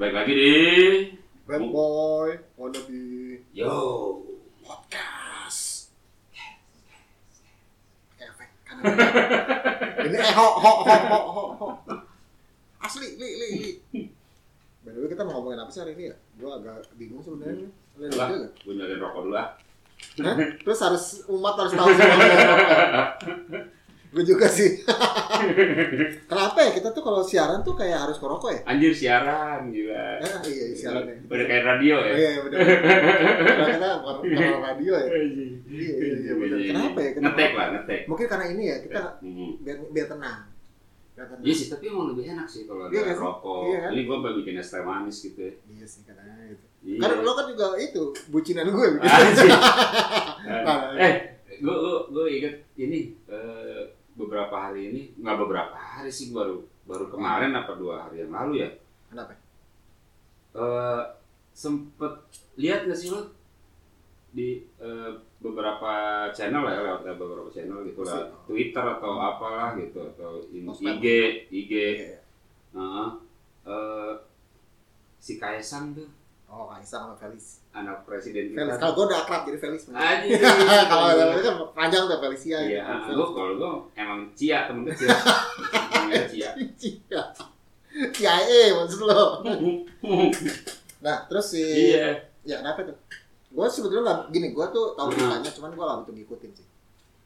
Baik lagi di Fanboy, wannabe, Yo podcast. Efek kan efek. Ini eh ho ho ho ho ho ho. Asli, li li li. By the way, kita mau ngomongin apa sih hari ini ya? Gua agak bingung sebenarnya. Kalian Lah. ada nggak? Gue nyalain rokok dulu ah Hah? Terus harus umat harus tahu semua. Gue juga sih. Kenapa ya kita tuh kalau siaran tuh kayak harus ngerokok ya? Anjir siaran gila Ah, iya, siaran ya. Udah kayak radio Oh, ya iya, iya, benar. Karena kita bukan- bukan radio ya. Iya, iya, iya, bener. Kenapa ya? Kenapa? Ngetek lah ngetek Mungkin karena ini ya, kita Hmm. biar, biar tenang. Biar tenang. Iya sih, tapi emang lebih enak sih kalau ada Iya kan? rokok. Iya kan? Ini gue bikin es teh manis gitu ya. Iya sih, karena itu. Iya. Karena lo kan juga itu, bucinan gue. Gitu. Ah, sih. Parah. eh, gue gue gue inget ini eh, beberapa hari ini nggak beberapa hari sih baru baru kemarin apa dua hari yang lalu ya. Kenapa? Eh, sempet lihat nggak sih lo di eh, beberapa channel lah ya lewat lewat beberapa channel gitu lah Twitter atau apalah gitu atau in- Sosmed. IG IG Iya. Heeh. Eh, si Kaisang tuh Oh, Kaisang sama Felis. anak presiden kita. Felis. Kalau gue udah akrab jadi Felis. bener. Aji. Kalau itu kan panjang tuh Felicia. Ah. Iya, gitu. gua kalau gua emang cia temen kecil. Emang cia. Iya. CIA maksud lo. Nah, terus si... Iya. Ya, kenapa tuh? Gue sebetulnya nggak gini, gue tuh tahu Hmm. beritanya, cuman gue nggak begitu ngikutin sih.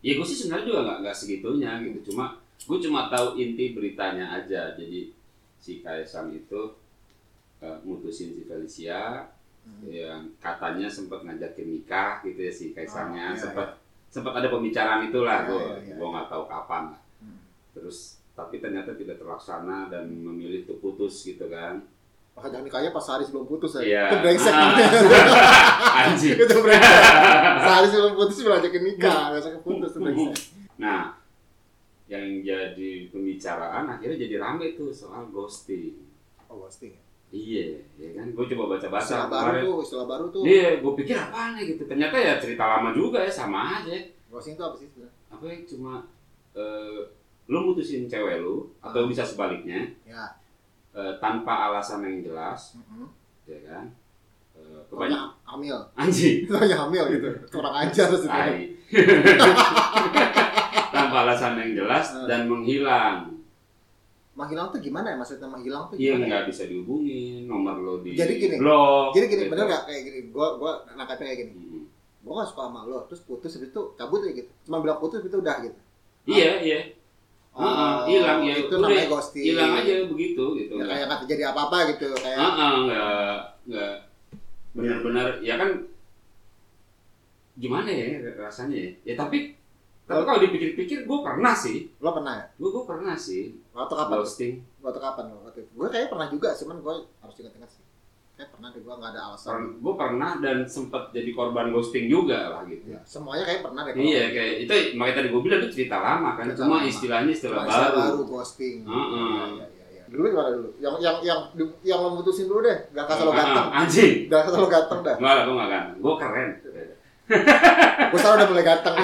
Ya gua sih sebenarnya juga nggak nggak segitunya gitu. Cuma gua cuma tahu inti beritanya aja. Jadi si Kaisang itu eh, mutusin si Felicia Hmm. yang katanya sempat ngajakin nikah gitu ya si Kaisangnya Oh, iya, sempat sempat ada pembicaraan itulah Iya, gua iya, iya. gua nggak tahu kapan lah. Hmm. Terus tapi ternyata tidak terlaksana dan memilih untuk putus gitu kan. Maka jangan nikahnya pas sehari sebelum putus ya. Iya. Itu brengsek. Ah. Anjing. itu brengsek. Sehari sebelum putus bilang ajakin nikah, besoknya putus itu brengsek. Nah, yang jadi pembicaraan akhirnya jadi rame tuh soal ghosting. Oh, ghosting ya. Iya, ya kan? Gue coba Istilah baca-baca baru kemarin. tuh, istilah baru tuh. Iya, gue pikir apaan ya gitu. Ternyata ya cerita lama juga ya, sama aja. Ghosting tuh apa sih sebenarnya? Apa ya, cuma eh, lu mutusin cewek lu, Ah. atau bisa sebaliknya, Ya. eh, tanpa alasan yang jelas, Mm-hmm. ya kan? Eh, kebanyakan... Taunya hamil. Anjing! Taunya hamil gitu. Kurang ajar sih. Tai. tanpa alasan yang jelas Ah. dan menghilang. Menghilang tuh gimana ya? Maksudnya menghilang tuh Iya gimana? ya? nggak bisa dihubungin, nomor lo di Jadi gini, blok. Jadi gini, gitu. bener gak kayak gini? Gua, gua nangkapnya kayak gini. Mm. Gua gak suka sama lo, terus putus habis itu cabut aja gitu. Cuma bilang putus habis itu udah gitu. Ah, Iya iya Heeh, hilang, ya. Itu Udah, namanya ghosting. hilang aja begitu gitu. Ya, Nggak- kayak gak terjadi apa-apa gitu. Kayak Ah ah, nggak nggak benar-benar ya kan gimana ya rasanya ya. Ya tapi tapi kalau dipikir-pikir gue pernah sih, lo pernah ya? gue gue pernah sih Waktu kapan? ghosting. Waktu kapan lo? Waktu itu. Gue kayaknya pernah juga, cuman gue harus ingat-ingat sih. Kayak pernah deh, gue gak ada alasan. Gue pernah dan sempat jadi korban ghosting juga lah gitu. Ya, semuanya kayak pernah deh. kalau- Iya kayak itu makanya tadi gue bilang itu cerita lama kan, Cerita cuma lama. istilahnya istilah Cuma baru. istilah baru ghosting. Heeh. Iya, iya, iya. Dulu gimana dulu? Yang yang yang yang lo mutusin dulu deh. Gak kasih lo Ah, ganteng. ah, anjing. Gak kasih lo ganteng dah. Enggak lah, gue enggak kan. Gue keren. Gue sekarang udah mulai ganteng.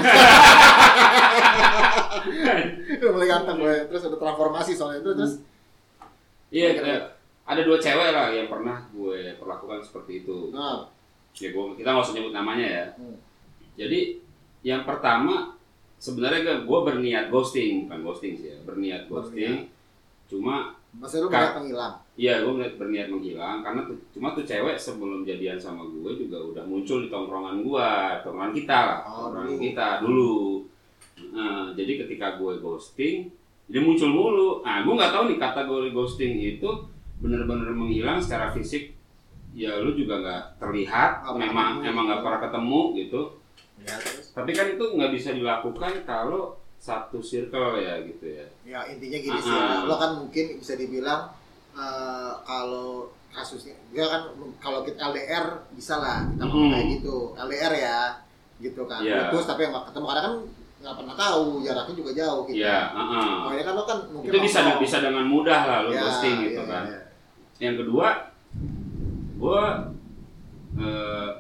udah mulai ganteng gue. Terus udah transformasi soalnya itu. Terus Iya, ada, ada dua cewek lah yang pernah gue perlakukan seperti itu. nah, Ya gue, kita nggak usah nyebut namanya ya. Hmm. Jadi yang pertama sebenarnya gue, gue berniat ghosting, bukan ghosting sih ya, berniat ghosting. Cuma masa lu Kak. ganteng hilang. Iya, gue berniat, berniat menghilang karena tuh, cuma tuh cewek sebelum jadian sama gue juga udah muncul di tongkrongan gue, tongkrongan kita lah, Oh, tongkrongan dulu. kita dulu. Nah, jadi ketika gue ghosting, dia muncul mulu. Nah, gue nggak tahu nih kategori ghosting itu bener-bener menghilang secara fisik. Ya, lu juga nggak terlihat, Nggak pernah memang ketemu. emang nggak pernah ketemu gitu. Ya terus. Tapi kan itu nggak bisa dilakukan kalau satu circle ya gitu ya. Ya intinya gini sih, Ah. lo kan mungkin bisa dibilang eh, kalau kasusnya, dia kan kalau kita LDR bisa lah kita Mm. ngomong kayak gitu, LDR ya, gitu kan. Iya. Putus tapi nggak ketemu karena kan nggak pernah tahu jaraknya juga jauh gitu. Iya, heeh. Makanya kan lo kan mungkin Itu bisa langsung- bisa dengan mudah lah lu Ya, ghosting gitu iya, kan. iya. yang kedua gue eh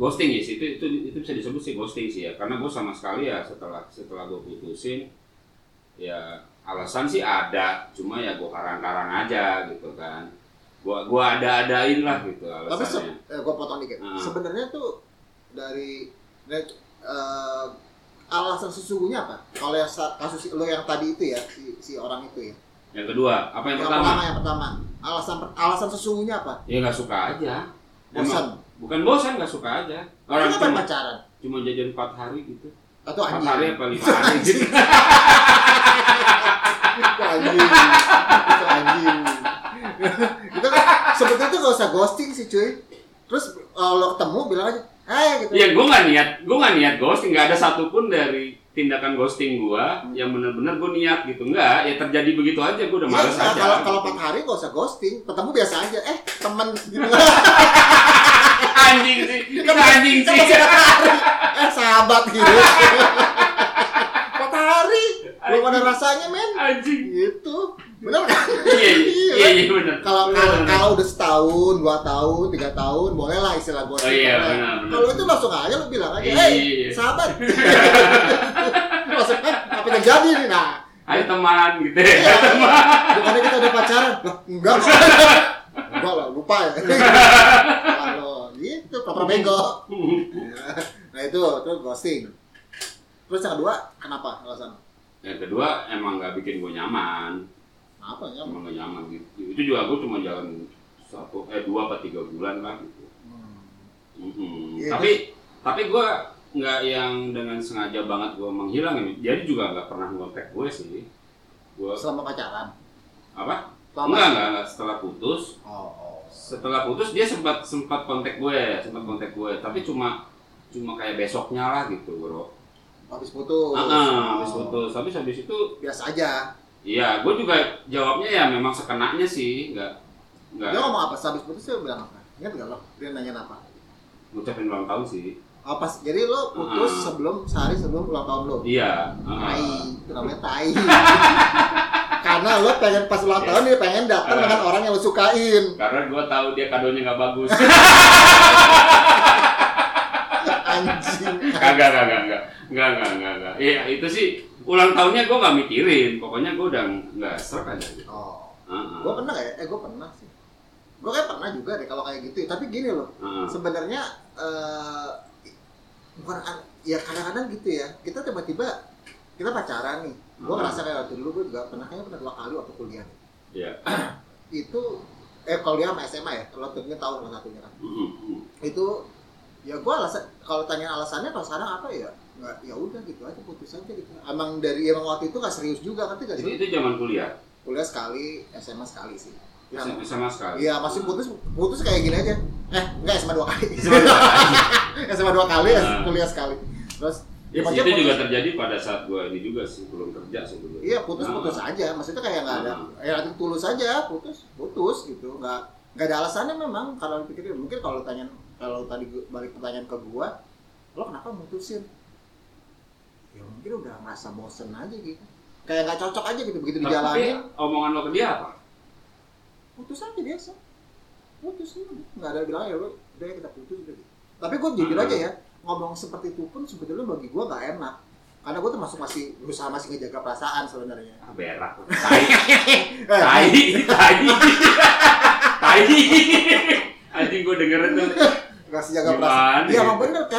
ghosting ya sih itu, itu itu bisa disebut sih ghosting sih ya karena gue sama sekali ya setelah setelah gue putusin ya alasan sih ada cuma ya gue karang-karang aja gitu kan gua gua ada adain lah gitu Tapi se alasannya eh, gua potong dikit. Ah. Sebenarnya tuh dari dari, eh, alasan sesungguhnya apa? Kalau yang sa- kasus lo yang tadi itu ya si, si orang itu ya. yang kedua apa yang pertama yang pertama. Alasan per- alasan sesungguhnya apa? ya nggak suka aja Emang- Bosan. bukan bosan nggak suka aja orang Orang cuma pacaran cuma jadian empat hari gitu atau empat anjing. hari apa lima hari gitu itu anjing itu anjing itu kan sebetulnya tuh gak usah ghosting sih cuy terus kalau lo ketemu bilang aja hai gitu ya gua nggak niat gua nggak niat ghosting nggak ada satupun dari tindakan ghosting gua Hmm. yang benar-benar gua niat gitu nggak ya terjadi begitu aja gua udah Ya, males nah, aja kalau gitu. kalau empat hari gak usah ghosting ketemu biasa aja eh temen gitu anjing sih Kan- anjing kan sih masih ada hari. eh sahabat gitu empat hari belum ada rasanya men anjing gitu bener kan iya iya, iya kan? iya benar kalau Benar, kalau benar. kalau udah setahun dua tahun tiga tahun bolehlah istilah ghosting oh iya Karena- benar benar Kalau itu langsung aja lu bilang aja, Iya, iya, hey iya. sahabat, maksudnya apa yang terjadi nih? Nah, ayo teman gitu iya, bukannya kita udah pacaran? Lah, enggak kok. Enggak lah, lupa ya. Kalau gitu, papa bego. Nah itu, itu ghosting. Terus yang kedua, kenapa alasan? yang kedua emang nggak bikin gua nyaman Apa ya? emang nggak nyaman gitu itu juga gua cuma jalan satu eh dua apa tiga bulan lah gitu Hmm. Mhm. Iya, Tapi tapi gue nggak yang dengan sengaja banget gue menghilang ini. Jadi juga nggak pernah kontak gue sih. Gue Selama pacaran? apa? Selama- Enggak, enggak enggak. Setelah putus, Oh, oh. setelah putus dia sempat sempat kontak gue, sempat kontak gue. Tapi cuma cuma kayak besoknya lah gitu bro. Habis putus. Ah, ah, habis Oh. putus, habis habis itu, Biasa aja. iya gue juga jawabnya ya memang sekenanya sih, nggak nggak Dia ngomong apa? Habis putus dia bilang apa? Ingat nggak lo? Dia nanya apa? ngucapin ulang tahun sih. Oh, pas jadi lo putus Ah. sebelum sehari sebelum ulang tahun lo. Iya. ah, ah. Tai, itu namanya tai. Karena lo pengen pas ulang tahun dia pengen datang Ah. dengan orang yang lo sukain. Karena gue tahu dia kadonya nggak bagus. Anjing. kagak kagak kagak nggak nggak nggak nggak ya itu sih ulang tahunnya gue nggak mikirin pokoknya gue udah nggak serak aja gitu Oh, Heeh. gue pernah nggak ya? Eh, gue pernah sih. Gue kayak pernah juga deh kalau kayak gitu. Tapi gini loh, Heeh. sebenarnya eh bukan an- ya kadang-kadang gitu ya. Kita tiba-tiba kita pacaran nih. Gue Ah. ngerasa kayak waktu dulu gue juga pernah kayaknya pernah dua kali waktu kuliah. Iya. Itu eh kuliah sama SMA ya. Lo tentunya tahu salah satunya kan. Mm-mm, mm. itu ya gue alasan kalau tanya alasannya kalau sekarang apa ya nggak ya udah gitu aja putus aja gitu emang dari emang waktu itu nggak serius juga kan tidak itu sih itu zaman kuliah kuliah sekali SMA sekali sih Terus Sama. sama sekali iya masih putus putus kayak gini aja eh nggak SMA dua kali Sama sekali. SMA dua kali ya, Nah. Ah. kuliah sekali terus Ya, maksudnya itu juga putus- terjadi pada saat gue ini juga sih belum kerja sih dulu iya putus putus aja maksudnya kayak nggak ada ya nanti tulus aja putus putus gitu nggak nggak ada alasannya memang kalau dipikirin mungkin kalau tanya kalau tadi gua- balik pertanyaan ke gua lo kenapa mutusin ya mungkin udah ngerasa bosen aja gitu kayak nggak cocok aja gitu begitu tapi dijalani omongan lo ke dia apa putus aja biasa putus aja nggak ada bilang ya lo udah ya, kita putus udah gitu tapi gua jujur Nah. aja ya ngomong seperti itu pun sebetulnya bagi gua nggak enak karena gua termasuk masih berusaha masih ngejaga perasaan sebenarnya ah, berak tai Eh, tai tai tai anjing gue dengerin tuh Kasih Gimana jaga perasaan. Iya, gitu? emang bener kan.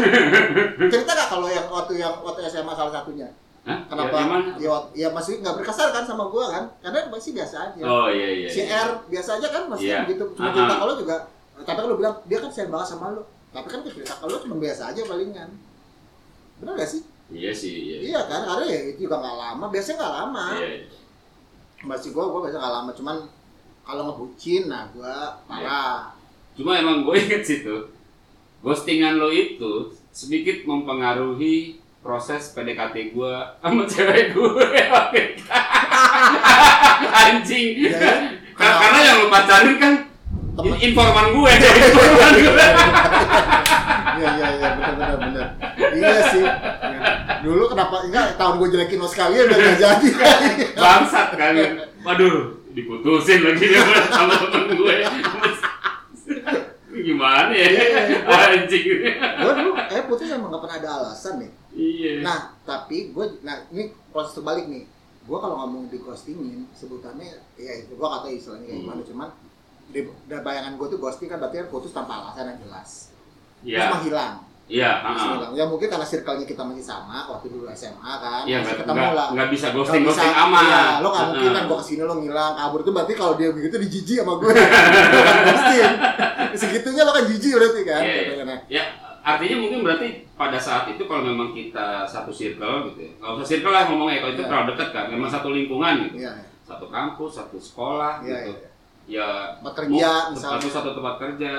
Cerita nggak kalau yang waktu yang waktu SMA salah satunya? Hah? Kenapa? Ya, Ya, gimana? ya, masih nggak berkesan kan sama gua kan? Karena masih biasa aja. oh iya iya Si iya. R biasa aja kan masih Iya. begitu. Cuma Aha. cerita kalau juga. Tapi kalau bilang dia kan sayang banget sama lo. Tapi kan cerita kalau cuma biasa aja palingan. Bener gak sih? iya sih iya iya Iya kan? Karena ya itu juga nggak lama. Biasanya nggak lama. iya. Masih gua gua biasa nggak lama. Cuman kalau ngebucin, nah gua parah. Cuma emang gue inget situ, ghostingan lo itu sedikit mempengaruhi proses PDKT gue sama cewek gue waktu itu. anjing Iya kan? Kar- karena yang lo pacarin kan Temen- in- informan gue informan gue Iya iya iya benar benar benar. Iya sih. Iya. Dulu kenapa enggak tahun gue jelekin lo sekalian udah nggak jadi. bangsat kan waduh diputusin lagi dia sama temen gue gimana ya Iya. anjing gue dulu eh putus emang nggak pernah ada alasan nih. iya Nah tapi gue nah ini proses terbalik nih. Gue kalau ngomong di ghostingin sebutannya ya itu gue kata istilahnya kayak Hmm. gimana cuman di, da- bayangan gue tuh ghosting kan berarti kan putus tanpa alasan yang jelas Iya. terus menghilang Iya, terus heeh. menghilang ya mungkin karena circle-nya kita masih sama waktu dulu SMA kan Iya, masih nggak ketemu nggak- lah nggak bisa Kalau ghosting ghosting misal- aman. Ah. Iya, lo gak mungkin kan Heeh. gue kesini lo ngilang kabur tuh berarti kalau dia begitu dijijik sama gue bukan ghosting segitunya lo kan jijik berarti kan Iya, iya. katanya. Nah, Ya, artinya mungkin berarti pada saat itu kalau memang kita satu circle gitu ya. Kalau usah circle lah ngomongnya, kalau itu Iya. terlalu dekat kan, memang satu lingkungan gitu. iya Satu kampus, satu sekolah iya gitu. iya Ya, tempat kerja mu- misalnya atau satu tempat kerja.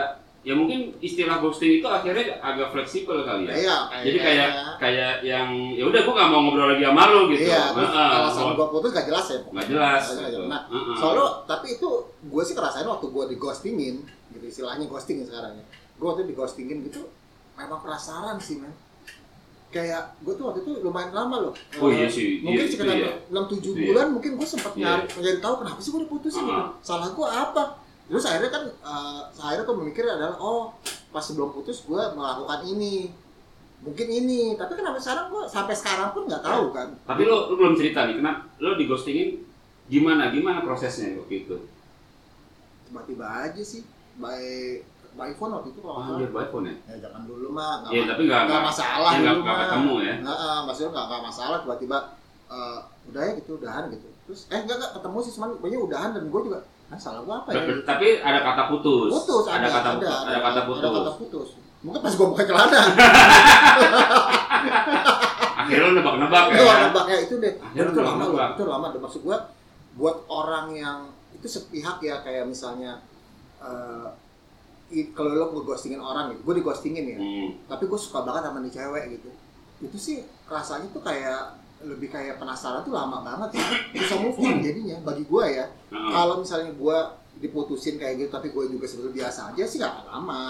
Ya mungkin istilah ghosting itu akhirnya agak fleksibel kali ya. iya Jadi kayak kayak yang ya udah gua nggak mau ngobrol lagi sama lu gitu. iya terus Heeh, alasan kalau gue putus gak jelas ya nggak jelas. Nggak jelas. gitu. Nah, Heeh. Soalnya tapi itu gue sih ngerasain waktu gue di ghostingin gitu istilahnya ghostingin sekarang ya. Gue waktu di ghostingin gitu memang penasaran sih men. Kayak gue tuh waktu itu lumayan lama loh. Oh iya Eh, sih. iya, Mungkin itu sekitar ya. 6-7 Itu ya. bulan mungkin gue sempat Iya. nyari, nyari tahu kenapa sih gue diputusin gitu. Ah. Salah gue apa? Terus akhirnya kan, eh, akhirnya gue mikir adalah, oh pas sebelum putus gue melakukan ini. Mungkin ini, tapi kenapa sekarang gue sampai sekarang pun nggak tahu kan. Tapi lo, lo belum cerita nih, kenapa lo di ghostingin gimana gimana prosesnya waktu itu? Tiba-tiba aja sih, by, by phone waktu itu kalau nggak Wah, salah. dia buat phone ya? ya jangan dulu mah nggak Iya, tapi nggak ma- nggak nggak masalah ya, nggak dulu nggak mah ketemu ya. Nggak, eh, maksudnya nggak nggak masalah tiba-tiba eh, udah ya gitu udahan gitu terus eh nggak nggak ketemu sih cuman banyak udahan dan gue juga ah salah gue apa ya Tapi- Tapi ada kata putus. putus ada, kata putus. Ada, kata ada putus. kata putus mungkin pas gue buka celana Akhirnya lo nebak-nebak ya. itu kan? orang nebaknya itu deh Akhirnya dan itu nebak, lama loh nebak. itu lama deh maksud gue buat orang yang itu sepihak ya kayak misalnya eh, i- kalau lo ngeghostingin orang gitu gue dighostingin ya Hmm. tapi gue suka banget sama nih cewek gitu itu sih rasanya tuh kayak lebih kayak penasaran tuh lama banget ya bisa move on jadinya bagi gue ya Heeh. kalau misalnya gue diputusin kayak gitu tapi gue juga sebetulnya biasa aja sih gak akan lama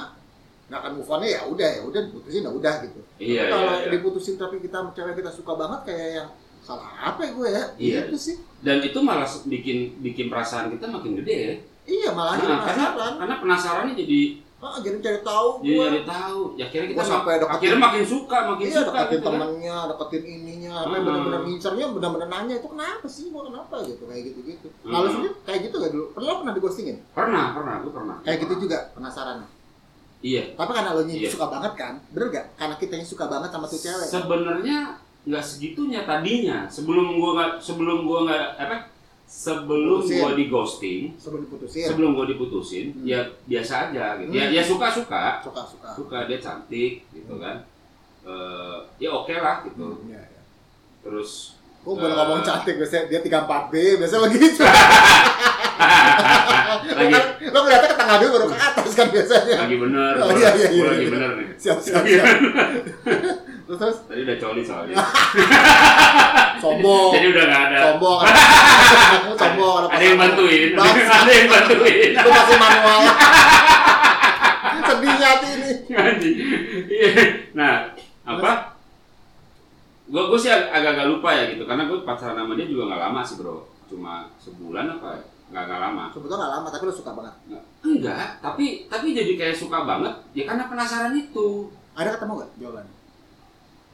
gak akan move onnya ya udah ya udah diputusin ya udah gitu Iya, iya, kalau iya. diputusin tapi kita sama cewek kita suka banget kayak yang salah apa ya gue ya Iya. gitu sih Dan itu malah bikin bikin perasaan kita makin gede ya. iya malah Nah, karena penasaran karena penasarannya jadi ah, jadi cari tahu jadi gue nyari tahu. Ya akhirnya kita Gua mak- sampai deketin- akhirnya makin suka, makin Iya, suka deketin gitu kan. temennya, deketin ininya, apa Hmm. benar-benar ngincernya, benar-benar nanya itu kenapa sih, mau kenapa gitu, kayak gitu gitu. Nah, lu Hmm. sendiri kayak gitu gak dulu? Pernah lo pernah digostingin? Pernah, pernah, gue pernah. Kayak gitu juga, penasaran. Iya. Tapi karena lo Iya. suka banget kan, bener gak? Karena kitanya suka banget sama tuh cewek. Sebenarnya nggak segitunya tadinya. Sebelum gua nggak sebelum gua nggak apa? Sebelum Putusin. gua di ghosting, Sebelum diputusin, sebelum gua diputusin, Hmm. ya biasa aja gitu. Ya Hmm. ya suka-suka, suka-suka. suka dia cantik gitu Hmm. kan. Eh, ya oke lah gitu. Hmm, iya, iya. Terus Gue boleh Eh. ngomong cantik biasanya, dia 34B, biasanya begitu. lagi Kan, lo ngeliatnya ke tengah dulu baru ke atas kan biasanya. lagi bener, Oh, gua- iya, iya, gua iya, lagi iya. bener nih. Siap, siap, Iya. siap. terus, terus, Tadi udah coli soalnya. sombong. Jadi udah nggak ada. Oh, Sombong. Sombong. Ada yang bantuin, Bangsa. ada yang bantuin. Itu masih manual. Sedihnya hati ini. Anjing. Iya. nah, apa? Gua gua sih ag- agak-agak lupa ya gitu karena gua pacaran sama dia juga nggak lama sih, Bro. Cuma sebulan apa? ya? Nggak nggak lama. Sebetulnya nggak lama, tapi lo suka banget. Enggak, tapi tapi jadi kayak suka banget ya karena penasaran itu. Ada ketemu nggak jawabannya?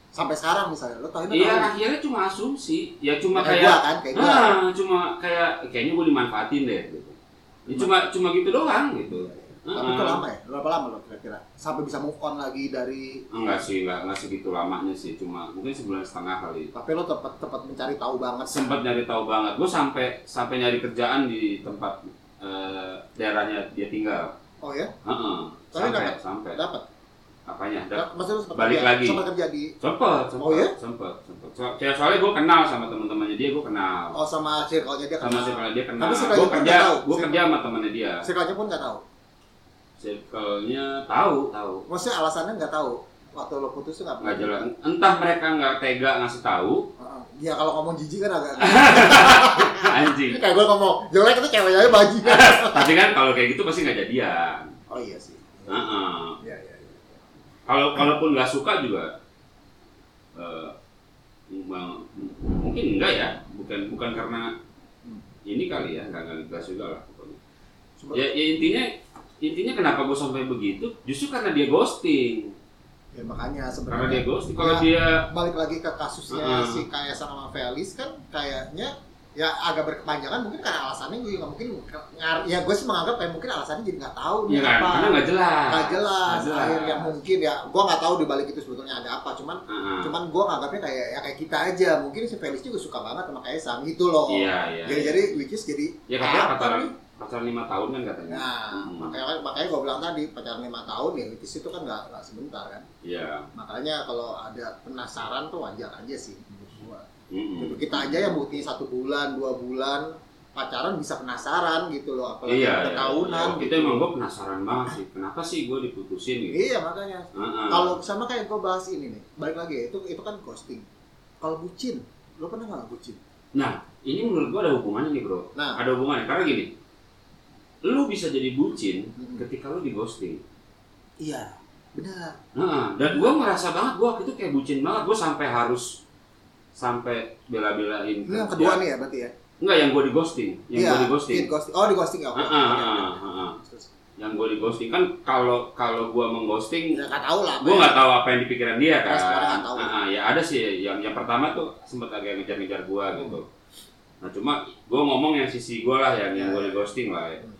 Sampai sekarang misalnya, lo tau ini Iya, akhirnya cuma asumsi. Ya cuma kayak gua kayak kan, kayak gua. ah, cuma kayak kayaknya gua dimanfaatin deh gitu. Ya, cuma cuma gitu doang gitu. Tapi Ah. itu lama ya? Berapa lama lo kira-kira? Sampai bisa move on lagi dari Enggak sih, enggak, enggak segitu lamanya sih, cuma mungkin sebulan setengah kali. tapi lo tepat tepat mencari tahu banget sempat nyari tahu banget gue sampai sampai nyari kerjaan di tempat eh, daerahnya dia tinggal oh ya Heeh. sampai Tapi dapat? sampai dapat apanya Dap- maksudnya lo sempat Balik kerja, lagi. sempat kerja di sempet sempet Oh, iya? sempet sempet so, kayak soalnya gue kenal sama teman-temannya dia gue kenal oh sama circle-nya dia sama kenal circle dia kenal Tapi circle gue dia kerja nggak tahu. gue Circle- kerja sama temannya dia circle-nya pun nggak tahu circle-nya tahu tahu maksudnya alasannya nggak tahu waktu lo putus tuh nggak nggak jelas entah mereka nggak tega ngasih tahu Heeh. Ya kalau ngomong jijik kan agak anjing kayak gue ngomong jelek itu ceweknya aja bajingan. tapi kan kalau kayak gitu pasti nggak jadian Oh iya sih. Heeh. Iya iya. iya. kalau kalaupun nggak suka juga eh, m- mungkin enggak ya bukan bukan karena ini kali ya nggak nggak nggak suka lah pokoknya Sebab- ya, ya intinya intinya kenapa gue sampai begitu justru karena dia ghosting Ya, karena makanya dia sebenarnya ghosting kalau Ya. dia balik lagi ke kasusnya Heeh. si Kaisang sama Felis kan kayaknya ya agak berkepanjangan mungkin karena alasannya gue nggak mungkin ngar- ya gue sih menganggap kayak mungkin alasannya jadi nggak tahu nih Iya kan? apa Karena nggak jelas. nggak jelas, Nggak jelas. akhirnya mungkin ya gue nggak tahu di balik itu sebetulnya ada apa cuman Heeh. cuman gue nganggapnya kayak ya kayak kita aja mungkin si Felix juga suka banget sama Kaisang gitu loh Iya, iya. jadi jadi which is jadi Ya katanya apa pacaran nih? pacaran lima tahun kan katanya. nah Hmm. makanya makanya gue bilang tadi pacaran lima tahun ya which is itu kan nggak nggak sebentar kan Iya. makanya kalau ada penasaran tuh wajar aja sih menurut gue Mm-mm. Gitu, kita aja yang bukti satu bulan dua bulan pacaran bisa penasaran gitu loh apalagi Iya, udah iya. tahunan Waktu gitu itu emang gue penasaran banget sih, kenapa sih gue diputusin gitu? ah. iya makanya Heeh. kalau sama kayak gue bahas ini nih balik lagi ya, itu itu kan ghosting kalau bucin lo pernah nggak bucin Nah, ini menurut gue ada hubungannya nih bro. nah Ada hubungannya karena gini, lu bisa jadi bucin Mm-mm. ketika lu di ghosting. iya benar Nah, dan gue merasa banget gue waktu itu kayak bucin banget gue sampai harus sampai bela-belain ini yang kedua nih ya berarti ya enggak yang gue di ghosting yang iya gue di ghosting di ghosting oh di ghosting ya oke Ah, oke, ah, oke, oke. ah, ah, ah. Terus, yang gue di ghosting kan kalau kalau gue mengghosting ya nggak tahu lah gue nggak tahu apa yang dipikiran dia kan Keras kepala nggak tahu. Ah, ah, ya ada sih yang yang pertama tuh sempet agak ngejar-ngejar gue Hmm. gitu nah cuma gue ngomong yang sisi gue lah yang yang Ya, gue ya. di ghosting lah ya Hmm.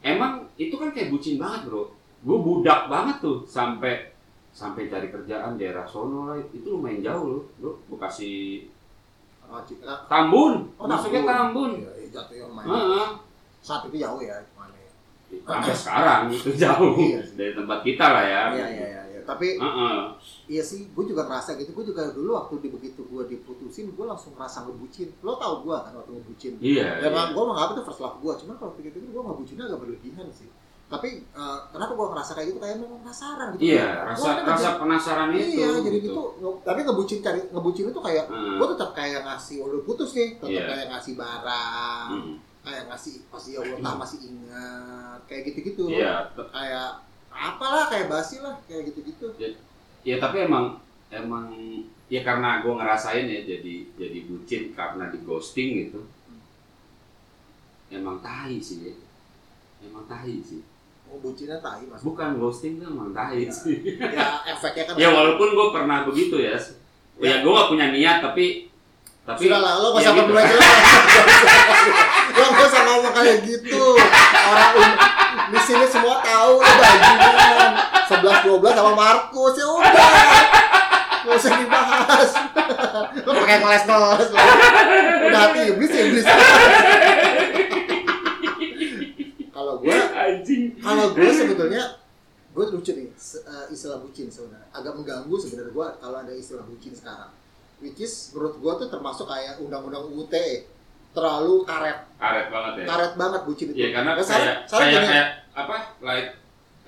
emang itu kan kayak bucin banget bro gue budak banget tuh sampai sampai cari kerjaan daerah sono lah itu lumayan jauh loh bro bekasi Oh, c- nah, Tambun oh, masuknya Tambun Iya, iya, jatuh ya lumayan. Heeh. saat itu jauh ya cuman ya. sampai sekarang itu jauh Iya sih. dari tempat kita lah ya iya iya iya, iya tapi Heeh. Iya sih, gue juga ngerasa gitu. Gue juga dulu waktu di begitu gue diputusin, gue langsung ngerasa ngebucin. Lo tau gue kan waktu ngebucin. iya Ya, emang gue menganggap itu first love gue. Cuman kalau pikir-pikir gue ngebucinnya agak berlebihan sih. Tapi eh, kenapa gue ngerasa kayak gitu? Kayak memang penasaran gitu. iya Gua rasa kan rasa penasaran jadi- itu Iya, jadi gitu. Nge- Tapi ngebucin cari ngebucin itu kayak Heeh. gue tetap kayak ngasih "Oh, udah putus nih, tetap Iya. kayak ngasih barang, Hmm. kayak ngasih pasti ya Allah tak masih ingat, kayak gitu-gitu. iya te- Kayak apalah kayak basi lah kayak gitu-gitu. ya tapi emang emang ya karena gue ngerasain ya jadi jadi bucin karena di ghosting gitu emang tai sih ya emang tai sih Oh, bucinnya tai mas. bukan ghosting tuh emang tai Iya. sih ya efeknya kan ya walaupun gue pernah begitu ya ya gue gak punya niat tapi tapi Iya. sudah lah lo gak usah Ya gitu. berdua aja lah lo gak usah ngomong kayak gitu orang um, di sini semua tahu lo bajingan sebelas dua belas sama Markus ya udah gak usah dibahas lo pakai ngeles ngeles lo udah hati iblis ya iblis kalau gue anjing kalau gue sebetulnya gue lucu nih se- eh, istilah bucin sebenarnya agak mengganggu sebenarnya gue kalau ada istilah bucin sekarang which is menurut gue tuh termasuk kayak undang-undang UUT terlalu karet karet banget ya karet banget bucin itu ya karena Ya, kayak salah- salah kayak gini. kayak apa light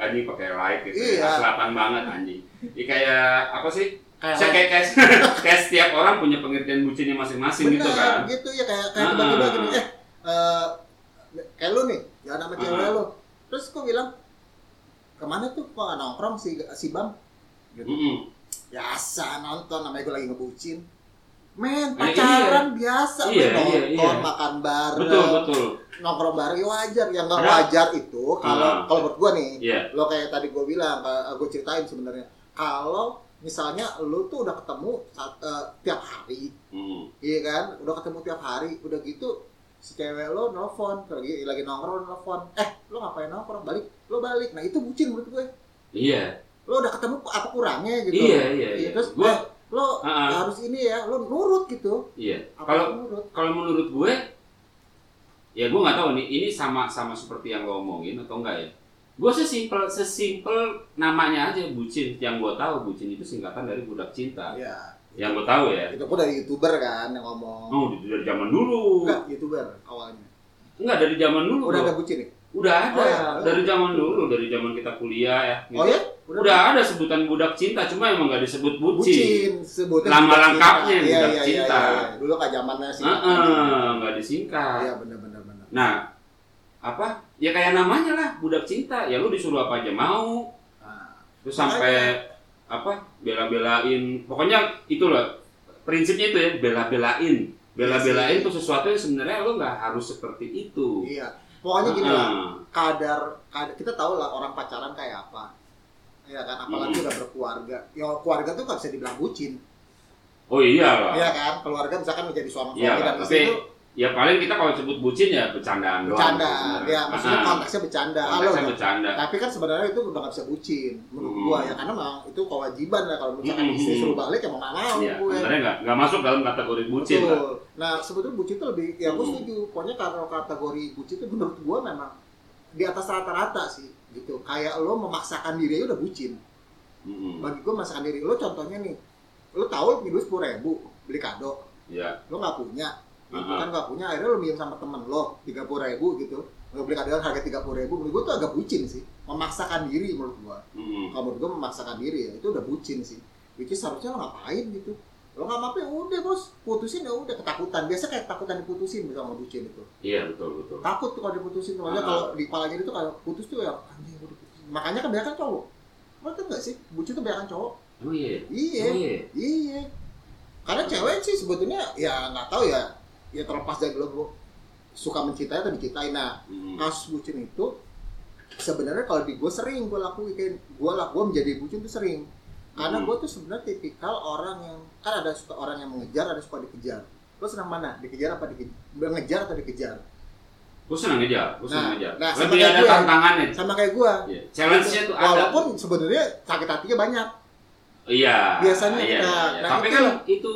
anjing pakai light gitu Iya. ya, selatan banget anjing ya kayak apa sih kayak saya kayak kayak, kayak setiap orang punya pengertian bucinnya masing-masing gitu kan gitu ya kayak kayak Ah. tiba-tiba gini eh eh, kayak lu nih jangan sama cewek Ah. lu terus gue bilang kemana tuh kok nggak nongkrong si si bam Mm-mm. biasa nonton namanya gue lagi ngebucin men Eh, iya. pacaran biasa Iya, lu iya, nonton iya. makan bareng betul betul nongkrong bareng ya wajar yang nggak Padahal- wajar itu kalau Ah. kalau buat gue nih iya lo kayak tadi gue bilang gue ceritain sebenarnya kalau misalnya lo tuh udah ketemu saat- eh, tiap hari Mm. iya kan udah ketemu tiap hari udah gitu si cewek lo nelfon lagi lagi nongkrong nelfon eh lo ngapain nongkrong balik lo balik nah itu bucin menurut gue iya lo udah ketemu apa kurangnya gitu iya iya Iya, iya terus eh, Gua- lo Ah, ah. harus ini ya lo nurut gitu iya Apa Kalau- yang nurut kalau menurut gue ya gue nggak tahu nih ini sama sama seperti yang lo omongin atau enggak ya gue sesimpel sesimpel namanya aja bucin yang gue tahu bucin itu singkatan dari budak cinta ya yang gue tahu ya itu pun dari youtuber kan yang ngomong oh itu dari zaman dulu enggak youtuber awalnya enggak dari zaman dulu udah bro. ada bucin ya udah ada Oh, ya? dari zaman dulu dari zaman kita kuliah ya gitu. oh ya udah, ada sebutan budak cinta cuma emang nggak disebut bucin, bucin sebutin Lama budak lengkapnya cinta. yang budak cinta. iya. dulu kan zamannya sih Heeh, nggak disingkat iya benar benar benar Nah, apa? Ya kayak namanya lah budak cinta. Ya lu disuruh apa aja mau. Nah, Terus sampai apa? Bela-belain. Pokoknya itulah prinsipnya itu ya bela-belain. Bela-belain tuh sesuatu yang sebenarnya lu nggak harus seperti itu. iya pokoknya gini lah Heeh. kadar, kadar kita tahu lah orang pacaran kayak apa ya kan apalagi Hmm. udah berkeluarga ya keluarga tuh gak bisa dibilang bucin Oh iyalah. Iya kan, keluarga misalkan menjadi suami Iya, keluarga dan tapi istri itu Ya paling kita kalau sebut bucin ya bercandaan doang. bercanda. sebenarnya. Ya, maksudnya Ah, konteksnya bercanda. Ah, lo konteksnya udah- bercanda. Tapi kan sebenarnya itu udah gak bisa bucin menurut Hmm. gua ya karena memang itu kewajiban lah kalau misalkan Hmm. istri suruh balik ya mau nggak mau Iya, gue. sebenarnya nggak nggak masuk dalam kategori bucin lah. Betul. Nah, sebetulnya bucin itu lebih ya gue Hmm. setuju. Pokoknya kalau kategori bucin itu menurut gua memang di atas rata-rata sih gitu. Kayak lo memaksakan diri aja udah bucin. Mm-mm. Bagi gua memaksakan diri lo contohnya nih. Lo tahu lo punya duit 10.000 beli kado, Iya. lo nggak punya gitu Aha. kan nggak punya akhirnya lo minjem sama temen lo tiga ribu gitu lo beli kado harga tiga puluh ribu menurut gue tuh agak bucin sih memaksakan diri menurut gua Mm-mm. kalau menurut gue memaksakan diri ya itu udah bucin sih which is harusnya lo ngapain gitu lo nggak apa-apa ya udah bos putusin ya udah ketakutan biasa kayak ketakutan diputusin bisa sama bucin itu Iya betul betul. takut tuh kalau diputusin makanya Ah. kalau di kepalanya itu kalau putus tuh ya anjing gue diputusin makanya kan banyak cowok lo tuh nggak sih bucin tuh banyak cowok Emang iya. ya? iya Emang iya. ya? iya karena cewek sih sebetulnya ya nggak tahu ya ya terlepas dari lo gua suka mencintai atau dicintai nah Mm-mm. kasus bucin itu sebenarnya kalau di gue sering gue lakuin kayak gue lah gue menjadi bucin tuh sering karena Hmm. gue tuh sebenarnya tipikal orang yang kan ada suka orang yang mengejar ada suka dikejar lo senang mana dikejar apa dikejar mengejar atau dikejar Gue senang ngejar, gue senang Nah, ngejar. nah, Lebih sama ada kayak gue. tantangannya. sama kayak gue Iya. Challenge-nya tuh ada. walaupun sebenarnya sakit hatinya banyak iya. biasanya iya, iya, kita- iya. nah, Tapi itu- kan itu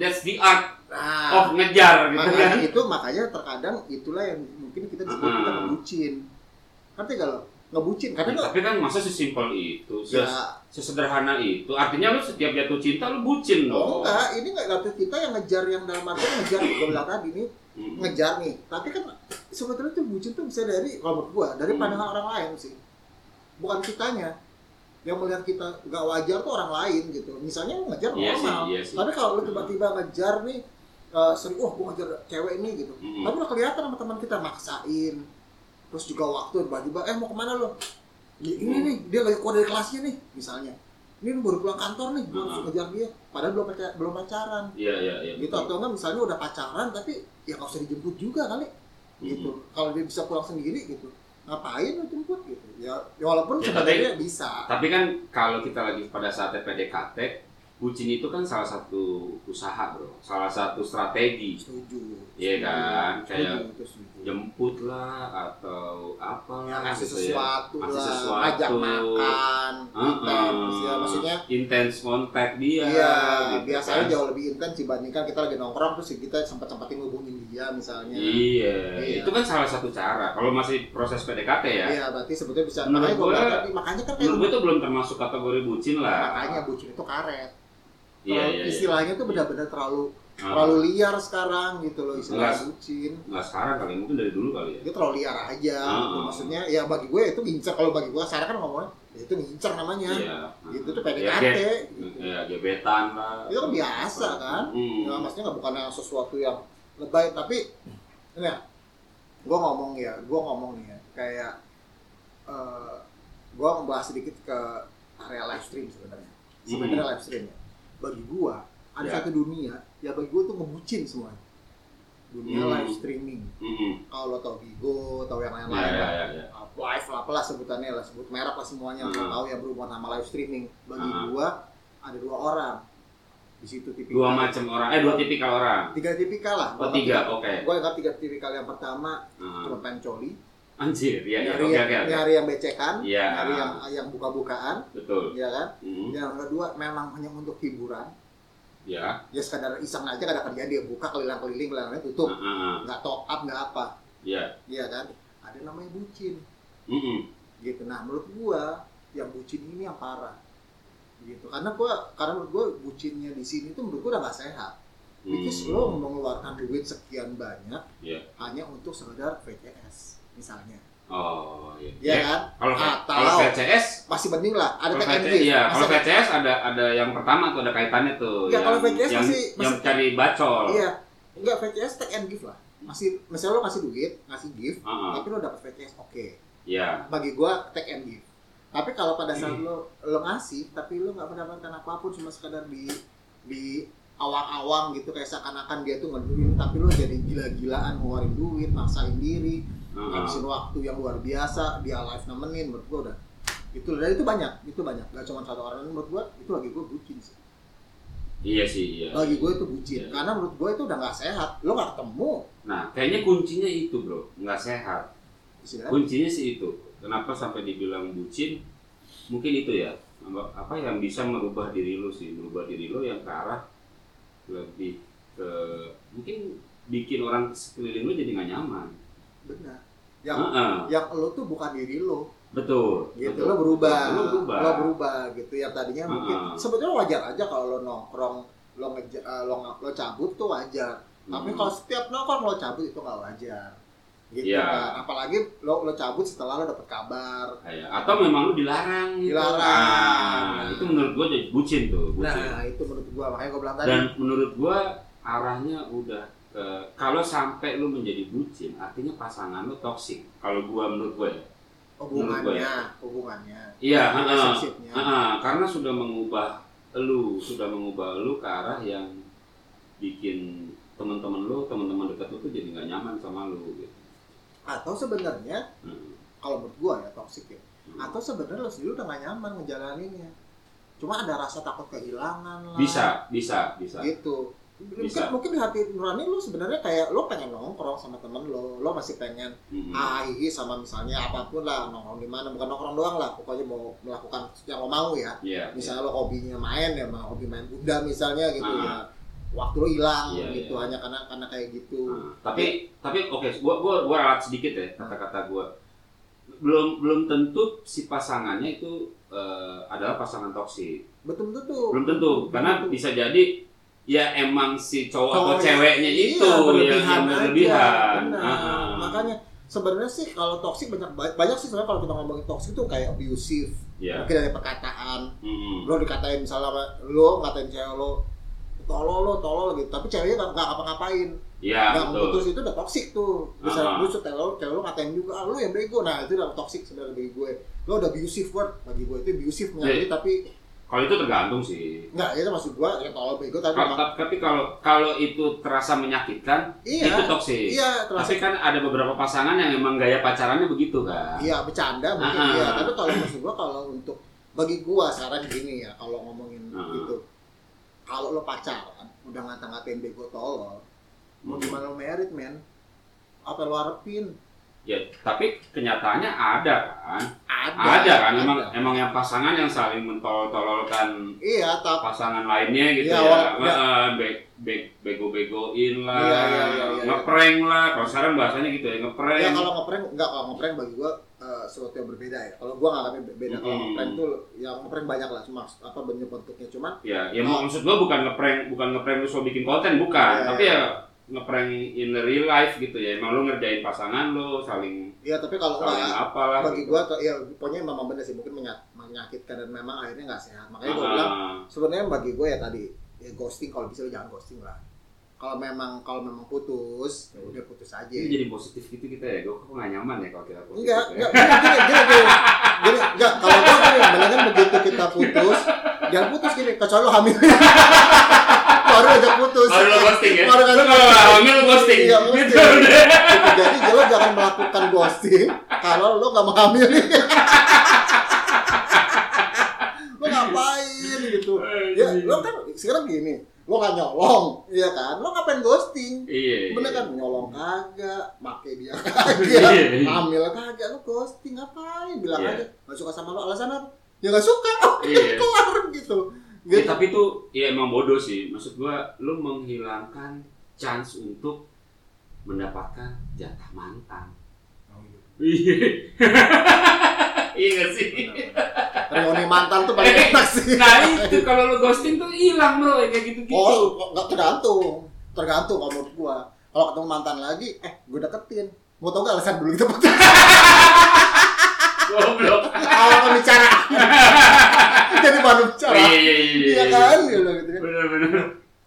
that's the art nah of ngejar gitu kan. makanya itu makanya terkadang itulah yang mungkin kita disebut kita Hmm. ngebucin ngerti gak lo ngebucin karena lo Tapi kan masa sesimpel itu, ya, ses- sesederhana itu. Artinya lu setiap jatuh cinta lu bucin oh dong. enggak ini nggak berarti kita yang ngejar yang dalam artian ngejar gue bilang tadi ini Mm-mm. ngejar nih tapi kan sebetulnya tuh bucin tuh bisa dari kalau menurut gua dari Hmm. pandangan orang lain sih bukan kitanya yang melihat kita nggak wajar tuh orang lain gitu misalnya lu ngejar Iya sih, normal iya sih. tapi kalau lu tiba-tiba ngejar nih eh sering wah gua ngejar cewek ini gitu Mm-mm. tapi udah kelihatan sama teman kita maksain terus juga waktu tiba-tiba eh mau kemana lo ini Hmm. nih dia lagi keluar dari kelasnya nih misalnya ini baru pulang kantor nih gua harus Hmm. ngejar dia padahal belum pacar- belum pacaran Iya, iya, iya. gitu betul. atau enggak misalnya udah pacaran tapi ya nggak usah dijemput juga kali Hmm. gitu kalau dia bisa pulang sendiri gitu ngapain lu jemput gitu ya, ya walaupun Ya, sebenarnya bisa Tapi kan kalau kita lagi pada saat PDKT, bucin itu kan salah satu usaha bro, salah satu strategi. setuju Iya kan? Setuju, Kayak Ya, itu setuju. Jemput lah atau apa gitu ya, ngasih sesuatu Ngasih lah sesuatu. ajak makan intens ya maksudnya intens kontak dia. Iya, gitu biasanya kan. jauh lebih intens dibandingkan kita lagi nongkrong terus kita sempat-sempatin ngubungin dia misalnya. Iya, Iya. itu kan salah satu cara. Kalau masih proses PDKT ya, Iya, berarti sebetulnya bisa. Menurut makanya gua gua- bilang tadi, makanya kan kayak menurut gue itu belum termasuk kategori bucin lah. makanya bucin itu karet. iya, Kalau iya, iya. istilahnya tuh benar-benar terlalu Ah, terlalu liar sekarang gitu loh istilah Jelas. bucin nggak sekarang kali, mungkin dari dulu kali ya. dia terlalu liar aja Ah. gitu. maksudnya ya bagi gue itu ngincer kalau bagi gue sekarang kan ngomongnya ya itu ngincer namanya Iya. gitu tuh Ya, PDKT ge- gitu. ya, gebetan lah. Itu kan biasa, kan? Hmm. Ya, maksudnya nggak bukan yang sesuatu yang lebay tapi ini ya gue ngomong ya gue ngomong nih ya kayak eh gue membahas sedikit ke area live stream sebenarnya Hmm. sebenarnya live stream ya bagi gue ada Ya. satu dunia ya bagi gue tuh ngebucin semuanya dunia Hmm. live streaming Mm-mm. kalau lo tau Bigo tau yang Hmm. Ya, lain-lain ya, lah ya, ya. Up live lah apalah sebutannya lah sebut merek lah semuanya lo Hmm. tau yang berhubungan sama live streaming bagi Hmm. gua ada dua orang di situ Dua tipikal macam orang, eh dua tipikal orang. tiga tipikal lah Oh tiga, oke. gue ingat tiga tipikal yang pertama Hmm. cuma pencoli Anjir, ya, ya, nyari oke, yang, oke, oke. nyari yang becekan Iya. nyari yang yang buka-bukaan Betul. ya kan Mm. yang kedua memang hanya untuk hiburan Ya. ya sekadar iseng aja gak ada kerjaan dia buka keliling-keliling keliling tutup Ah, ah, ah. nggak top up nggak apa Ya. Hmm, ya kan ada namanya bucin Mm-mm. gitu nah menurut gua yang bucin ini yang parah gitu karena gua karena menurut gua bucinnya di sini tuh menurut gua udah gak sehat because Mm. lo mengeluarkan duit sekian banyak Iya. hanya untuk sekedar VCS misalnya Oh, iya. ya Eh, kan Kalau Atau- kalau VCS, masih mending lah ada kalau TKNG VCS, iya, kalau Masih ada- VCS ada ada yang pertama tuh ada kaitannya tuh. Ya, yang, kalau VCS yang, masih- yang masih- cari bacol. iya enggak VCS take and give lah masih misalnya lo kasih duit ngasih gift Ah, ah. tapi lo dapet VCS oke Iya. bagi gua take and give tapi kalau pada saat lo lo ngasih tapi lo nggak mendapatkan apapun cuma sekadar di di awang-awang gitu kayak seakan-akan dia tuh ngeduin tapi lo jadi gila-gilaan ngeluarin duit maksain diri Ah, ah. ngabisin waktu yang luar biasa dia live nemenin menurut gua udah itu dan itu banyak itu banyak gak cuma satu orang menurut gua itu lagi gua bucin sih Iya sih, iya. Bagi gue itu bucin. Iya. Karena menurut gue itu udah nggak sehat. Lo nggak ketemu. Nah, kayaknya kuncinya itu bro, nggak sehat. istilahnya. Kuncinya sih itu. Kenapa sampai dibilang bucin? Mungkin itu ya. Apa apa yang bisa merubah diri lo sih, merubah diri lo yang ke arah lebih ke mungkin bikin orang sekeliling lo jadi nggak nyaman. Benar. Yang Heeh. yang lo tuh bukan diri lo. Betul. betul. gitu lo berubah Lo berubah. Lo berubah, gitu ya tadinya Ah. mungkin sebetulnya wajar aja kalau lo nongkrong lo ngeja, eh, lo ng- lo cabut tuh wajar tapi Hmm. kalau setiap nongkrong lo cabut itu nggak wajar gitu Iya. kan apalagi lo lo cabut setelah lo dapet kabar Kayak, atau memang lu dilarang gitu. Dilarang. Nah, itu menurut gua jadi bucin tuh, bucin. nah itu menurut gua makanya gua bilang tadi Dan menurut gua arahnya udah ke- kalau sampai lu menjadi bucin, artinya pasangan lu toksik. Kalau gua menurut gua ya. menurut hubungannya hubungannya Iya, heeh. relationshipnya Heeh, karena sudah mengubah lu, sudah mengubah lu ke arah yang bikin teman-teman lu, teman-teman dekat lu tuh jadi nggak nyaman sama lu gitu. atau sebenarnya Hmm. kalau menurut gua ya toxic ya Hmm. atau sebenarnya lo sendiri udah gak nyaman ngejalaninnya cuma ada rasa takut kehilangan lah Bisa, bisa, bisa. gitu mungkin Bisa. mungkin di hati nurani lu sebenarnya kayak lu pengen nongkrong sama temen lo lo masih pengen Hmm. AII sama misalnya apapun lah nongkrong di mana bukan nongkrong doang lah pokoknya mau melakukan yang lo mau ya Iya. misalnya lo hobinya main ya mah hobi main bunda misalnya gitu Ah. ya waktu lo hilang Iya, gitu iya. hanya karena karena kayak gitu Nah, tapi tapi oke, gua gua gua ralat sedikit ya kata-kata gua. Belum belum tentu si pasangannya itu eh, adalah pasangan toksik. betul betul tuh Iya, Belum tentu karena Betul. bisa jadi ya emang si cowok atau Cowoknya- ceweknya Iya, itu yang berlebihan yang aja. berlebihan. Benar. Ah. makanya sebenarnya sih kalau toksik banyak banyak sih sebenarnya kalau kita ngomongin toksik tuh kayak abusive Iya. mungkin dari perkataan Mm-mm. lo dikatain misalnya sama- lo ngatain cewek lo tolol lo tolol gitu tapi ceweknya nggak nggak ngapa-ngapain Iya, nggak betul. putus itu udah toksik tuh bisa Ah. lu cewek lo cewek lo ngatain juga ah, lo yang bego nah itu udah toksik sebenarnya bagi gue lo udah abusive word bagi gue itu abusive Iya. menyakiti tapi Kalau itu tergantung sih. nggak itu maksud gue yang tolol bego tapi Kalau- memang- ta- Tapi kalau kalau itu terasa menyakitkan, itu iya toksik. iya terasa Tapi kan ada beberapa pasangan yang emang gaya pacarannya begitu kan. iya bercanda mungkin Ah. iya tapi kalau maksud gue kalau untuk bagi gue sekarang gini ya kalau ngomongin Ah. gitu kalau lo pacaran udah ngata-ngatain bego tolol mau Mm. gimana lo merit men apa lo harapin Ya, tapi kenyataannya ada kan. ada Ada kan emang ada. emang yang pasangan yang saling mentolol-tololkan iya tapi pasangan lainnya gitu Iya, ya. walaupun- Nge- eh, be- be- bego-begoin lah, Iya, iya, iya, iya. ngeprank lah. Kalau sekarang bahasanya gitu ya, ngeprank. ya kalau ngeprank enggak kalau ngeprank bagi gua eh, sesuatu yang berbeda ya kalau gua ngalamin be- beda kalau Mm-mm. ngeprank tuh yang ngeprank banyak lah cuma apa bentuk bentuknya cuman ya, ya maksud gua bukan ngeprank, bukan ngeprank lu suruh bikin konten bukan, Iya, tapi iya. ya ngeprank in the real life gitu ya. Emang lu ngerjain pasangan lu saling ya tapi kalau saling enggak apalah bagi gitu. gua tuh ya pokoknya memang bener sih mungkin menyak- menyakitkan dan memang akhirnya nggak sehat makanya gua Ah, bilang sebenarnya bagi gua ya tadi ya ghosting kalau bisa lu jangan ghosting lah kalau memang kalau memang putus ya udah putus aja ini jadi positif gitu kita ya. Gua kok nggak nyaman ya kalau kita positif. Enggak, ya. enggak, gini, gini, gini, gini. Gini, enggak, kalau gue gini, mendingan begitu kita putus, jangan putus gini, kecuali lo hamil. Baru ajak putus. Baru lo ghosting ya? Baru kan Lu kalau nggak hamil lu ghosting. Iya, Gitu ghosting. udah. Gitu, Jadi lo jangan melakukan ghosting kalau lo gak menghamili. lo ngapain gitu. Ya, lo kan sekarang gini, lo gak nyolong, iya kan? Lo ngapain ghosting? Iya. iya. Bener kan nyolong kagak, pakai dia kagak, Iya. ambil kagak, lu ghosting ngapain? Bilang Iya. aja gak suka sama lo alasan apa? Ya gak suka, Iya. keluar gitu. Ya, Gitu. tapi itu ya emang bodoh sih. Maksud gua lu menghilangkan chance untuk mendapatkan jatah mantan. Oh, Iya. Iya gak sih? Reuni mantan tuh paling enak sih. Nah gitu. itu kalau lu ghosting tuh hilang bro kayak gitu-gitu. Oh, nggak tergantung, tergantung kalau menurut gua. Kalau ketemu mantan lagi, eh gua deketin. Mau tau gak alasan dulu kita putus? Goblok. Awal pembicaraan. Jadi baru Oh, bicara. iya iya iya. Iya kan? Gitu, gitu. Bener-bener.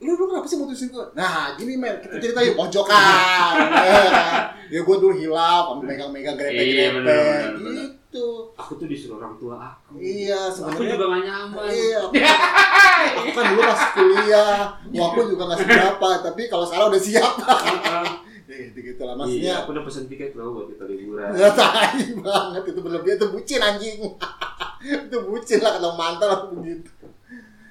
Iya, lu lu kenapa sih mutusin gue? Nah gini men, kita cerita yuk pojokan Ya kan? ya gue dulu hilaf, sambil megang-megang Iya, grepe-grepe bener, bener, bener. gitu Aku tuh disuruh orang tua aku. Iya Aku sebenarnya juga gak nyaman. Iya, aku, aku kan dulu pas kuliah, mau aku juga nggak seberapa, tapi kalau salah udah siap. ya gitu gitu lah, Iya, maksudnya Iya. aku udah pesen tiket loh buat kita liburan. nggak tai banget itu berlebihan itu bucin anjing, itu bucin lah kalau mantan lah begitu.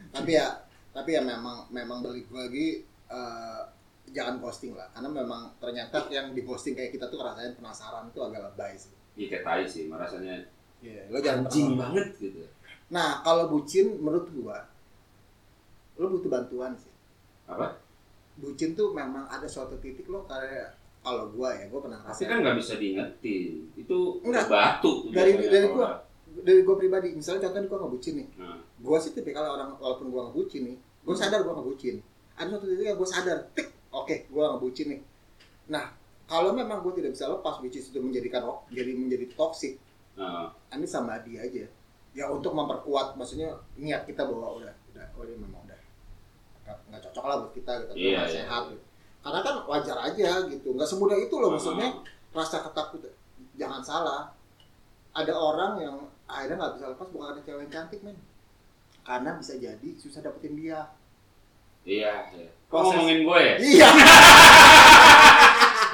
Tapi ya, eh, tapi ya memang memang balik lagi eh, jangan posting lah karena memang ternyata yang di posting kayak kita tuh rasanya penasaran tuh agak lebay sih Iya kayak tai sih, merasanya Iya, lo jangan anjing terlalu- banget gitu. Nah, kalau bucin menurut gua lo butuh bantuan sih. Apa? Bucin tuh memang ada suatu titik lo kayak kalau gua ya, gua pernah Tapi ngerasain. kan nggak bisa diingetin. Itu Enggak. batu. tuh Dari- biasanya dari kalau gua. nggak- Dari gua pribadi, misalnya contohnya gua nggak bucin nih. Nah, Gua sih tipikal orang walaupun gua nggak bucin nih, gua Hmm. sadar gua nggak bucin. Ada suatu titik yang gua sadar, tik, oke, gua nggak bucin nih. Nah, kalau memang gua tidak bisa lepas bucin itu menjadikan jadi menjadi toksik, nah, ini sama dia aja ya untuk memperkuat maksudnya niat kita bahwa udah udah oh ini memang udah nggak- nggak cocok lah buat kita gitu Iya, nggak iya. sehat gitu. karena kan wajar aja gitu nggak semudah itu loh maksudnya nah, rasa ketakutan jangan salah ada orang yang akhirnya nggak bisa lepas bukan karena cewek yang cantik men karena bisa jadi susah dapetin dia Iya, iya. Kok Proses- ngomongin gue ya? iya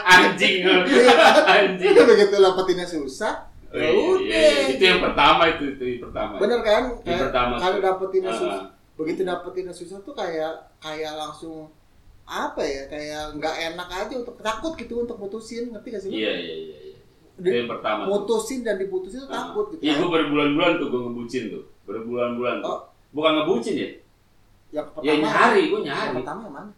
Anjing lu. Anjing. Iya, begitu dapetinnya susah Oh, iya, iya, iya. Ya Udah. Itu yang pertama itu, itu yang pertama. bener kan Yang Kayak- pertama. kalau tuh. dapetinnya Ah, susah begitu dapetin susah tuh kayak kayak langsung apa ya kayak nggak enak aja untuk takut gitu untuk mutusin ngerti gak sih lu? Iya, iya, iya. iya. Itu Di- yang pertama. tuh. mutusin dan diputusin tuh Ah. takut gitu Iya, gue berbulan-bulan tuh gue ngebucin tuh. Berbulan-bulan tuh. Oh. Bukan ngebucin ya? yang Ya pertama nyari, gue yang nyari. pertama yang mana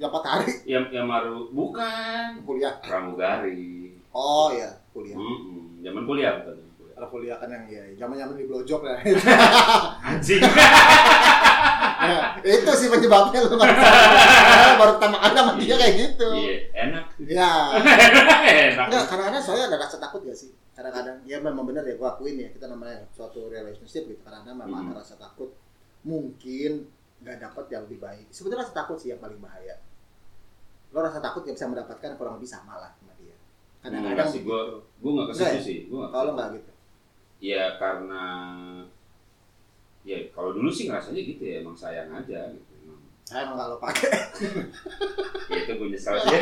yang empat hari Yang yang baru bukan kuliah pramugari. oh ya kuliah Mm-mm. Zaman kuliah bukan zaman kuliah. Kalau kuliah kan yang ya zaman zaman di blowjob ya. Anjing. Ya, itu sih penyebabnya lu nggak sadar. baru pertama kali sama dia kayak gitu Iya, enak. ya enak. Enggak, kadang-kadang soalnya ada rasa takut gak sih? Kadang-kadang, ya memang benar ya, gua akuin ya, kita namanya suatu relationship gitu, karena memang Hmm. ada rasa takut, mungkin nggak dapat yang lebih baik. Sebetulnya rasa takut sih yang paling bahaya. Lo rasa takut yang bisa mendapatkan kurang lebih sama lah sama dia. Kadang-kadang Enggak Iya sih, begitu. Gue nggak ke situ Enggak ya? sih. Gue Kalau nggak gitu. Iya karena ya kalau dulu sih ngerasanya gitu ya emang sayang aja gitu. Emang. Saya emang nggak lo pakai. Ya itu gue nyesel sih.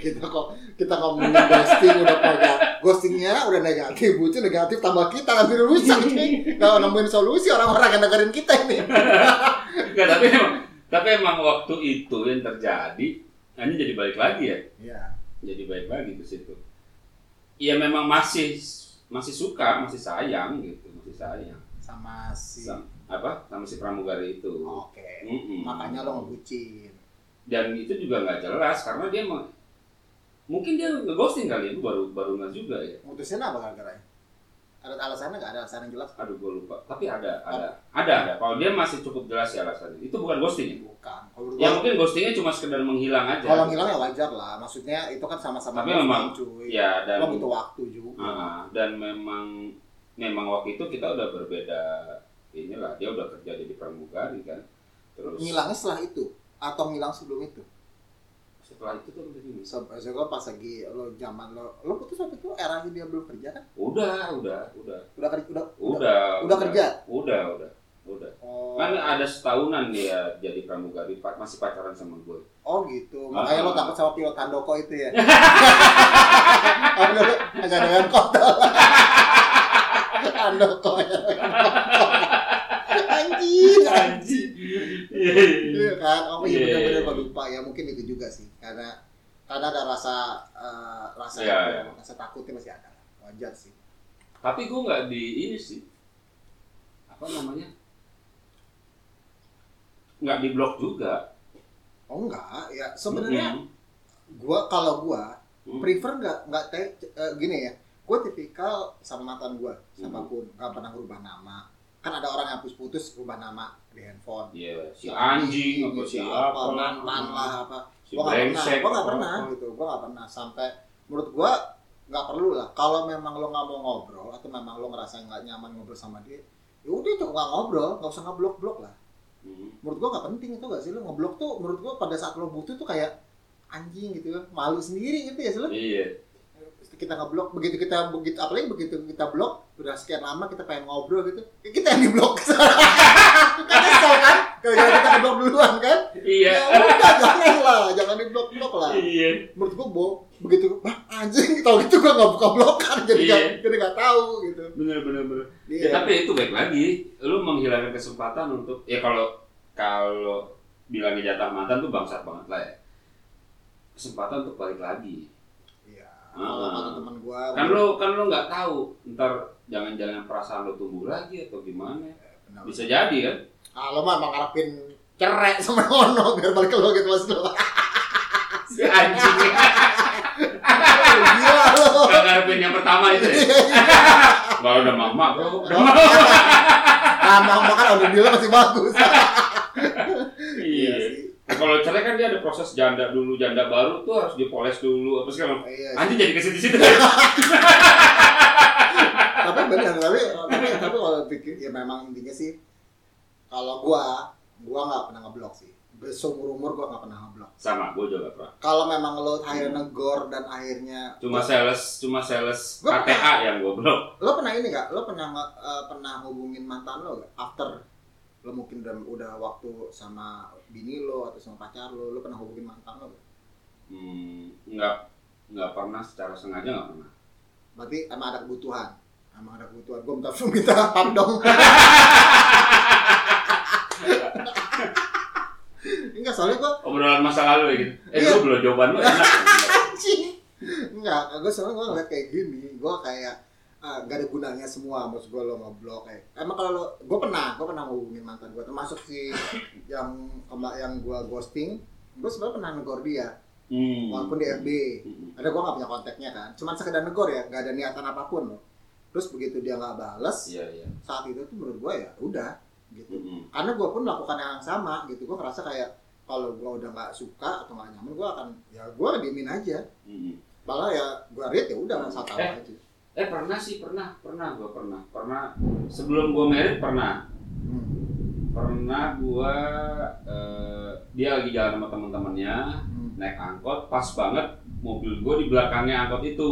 kita kok kita ngomongin ghosting udah pada ghostingnya udah negatif, bucin negatif, tambah kita nanti rusak nih. Kalau nemuin solusi orang-orang yang dengerin kita ini. Enggak, tapi emang tapi emang waktu itu yang terjadi hanya jadi balik lagi ya. Iya. Jadi balik lagi ke situ. Iya memang masih masih suka, masih sayang gitu, masih sayang. sama si Sama, apa? Sama si pramugari itu. oke Mm-mm. Oh. makanya lo ngebucin dan itu juga nggak jelas karena dia meng- mungkin dia ngeghosting kali ya gua baru baru nggak juga ya mutusin apa gara-gara ada alasannya nggak ada alasan yang jelas aduh gue lupa tapi ada ada ada ada kalau dia masih cukup jelas ya alasannya itu bukan ghosting ya bukan ya kalau menurut gua- mungkin ghostingnya cuma sekedar menghilang aja kalau ngilang ya wajar lah maksudnya itu kan sama-sama Tapi ghosting, memang- cuy ya dan lo butuh waktu juga Ah, dan memang memang waktu itu kita udah berbeda inilah dia udah kerja jadi pramugari kan terus ngilangnya setelah itu atau ngilang sebelum itu setelah itu tuh udah gini. sebab lo pas lagi lo zaman lo lo putus waktu itu eranya dia belum kerja kan udah udah udah udah kerja udah udah udah kerja udah udah udah oh, Kan ada setahunan dia jadi pramugari, pa- masih pacaran sama gue. oh gitu makanya Ah. lo takut sama pilot handoko itu ya Aduh, lo agak dengan kotor handoko ya anjing Anjing. Iya kan oh Iya, iya iya, benar-benar iya. gua lupa ya mungkin itu juga sih karena karena ada rasa eh, rasa Iya, itu, iya. rasa takutnya masih ada wajar sih Tapi gue nggak di ini sih. Apa namanya? Nggak di blok juga. oh enggak ya sebenarnya Mm-mm. gua kalau gua Mm. prefer nggak nggak teh eh, gini ya gue tipikal sama mantan gue Hmm. siapapun nggak pernah berubah nama kan ada orang yang hapus putus berubah nama di handphone Iya, si anjing, apa si apa, mantan Iya, lah apa si gue nggak pernah brengsek. Hmm. gue nggak pernah apa. gitu gue nggak pernah sampai menurut gue nggak perlu lah kalau memang lo nggak mau ngobrol atau memang lo ngerasa nggak nyaman ngobrol sama dia ya udah tuh nggak ngobrol nggak usah ngeblok blok lah Mm. menurut gue nggak penting itu gak sih lo ngeblok tuh menurut gue pada saat lo butuh tuh kayak anjing gitu malu sendiri gitu ya sih lo Iya, kita ngeblok begitu kita begitu apalagi begitu kita blok udah sekian lama kita pengen ngobrol gitu ya kita yang diblok kan kesel kan gara-gara kita di blok duluan kan Iya. ya udah jangan lah jangan di blok blok lah Iya. menurut gua bo begitu bah anjing tau gitu gua nggak buka blokan jadi nggak Iya. jadi nggak tahu gitu Bener bener bener. Iya. Ya, tapi itu baik lagi. Lu menghilangkan kesempatan untuk ya kalau kalau bilangnya jatah mantan tuh bangsat banget lah ya. Kesempatan untuk balik lagi. Iya. Ah. Kalau teman gua Kan lu kan lu nggak tahu ntar jangan-jangan perasaan lu tumbuh lagi atau gimana. Benar. Bisa jadi kan. ah lo mah emang ngarepin cerek sama Ono biar balik ke lo gitu mas lo Si Iya. anjing. gila lo Nggak ngarepin yang pertama itu Iya, ya. Kalau udah mama Ah, bro. nah mau makan udah bilang masih bagus Iya. sih Nah, kalau cerai kan dia ada proses janda dulu, janda baru tuh harus dipoles dulu apa segala macam. iya sih. Anjing jadi ke situ-situ. tapi bener tapi tapi tapi kalau pikir ya memang intinya sih kalau gua gua nggak pernah ngeblok sih seumur umur gua nggak pernah ngeblok Sama, gue juga nggak pernah. kalau memang lo akhirnya negor dan akhirnya Cuma sales, cuma sales Iya. Gua KTA yang gue blok. lo pernah ini gak lo pernah nge- eh, pernah hubungin mantan lo gak after lo mungkin udah, udah waktu sama bini lo atau sama pacar lo lo pernah hubungin mantan lo gak? Hmm, nggak nggak pernah secara sengaja nggak pernah. Berarti emang ada kebutuhan. Emang ada kebutuhan. Gue minta minta pam dong. Enggak, soalnya gue Obrolan masa lalu ya gitu. Eh, Iya. gue belum jawaban lu enak. anjing. Enggak, gue soalnya gue ngeliat kayak gini. Gue kayak ah, gak ada gunanya semua maksud gue lo ngeblok kayak emang kalau lo gue pernah gue pernah ngehubungin mantan gue termasuk si yang kema- yang gue ghosting gue sebenarnya pernah negor dia Hmm. walaupun di FB Hmm. ada gue gak punya kontaknya kan cuman sekedar negor ya gak ada niatan apapun loh terus begitu dia gak balas Iya, iya. saat itu tuh menurut gue ya udah gitu Hmm. karena gue pun melakukan yang sama gitu gue ngerasa kayak kalau gue udah nggak suka atau nggak nyaman gue akan ya gue diemin aja Hmm. malah ya gue read ya udah nggak tahu Eh. aja Eh pernah sih pernah pernah gue pernah pernah sebelum gue merit pernah Hmm. pernah gue dia lagi jalan sama teman-temannya Hmm. naik angkot pas banget mobil gue di belakangnya angkot itu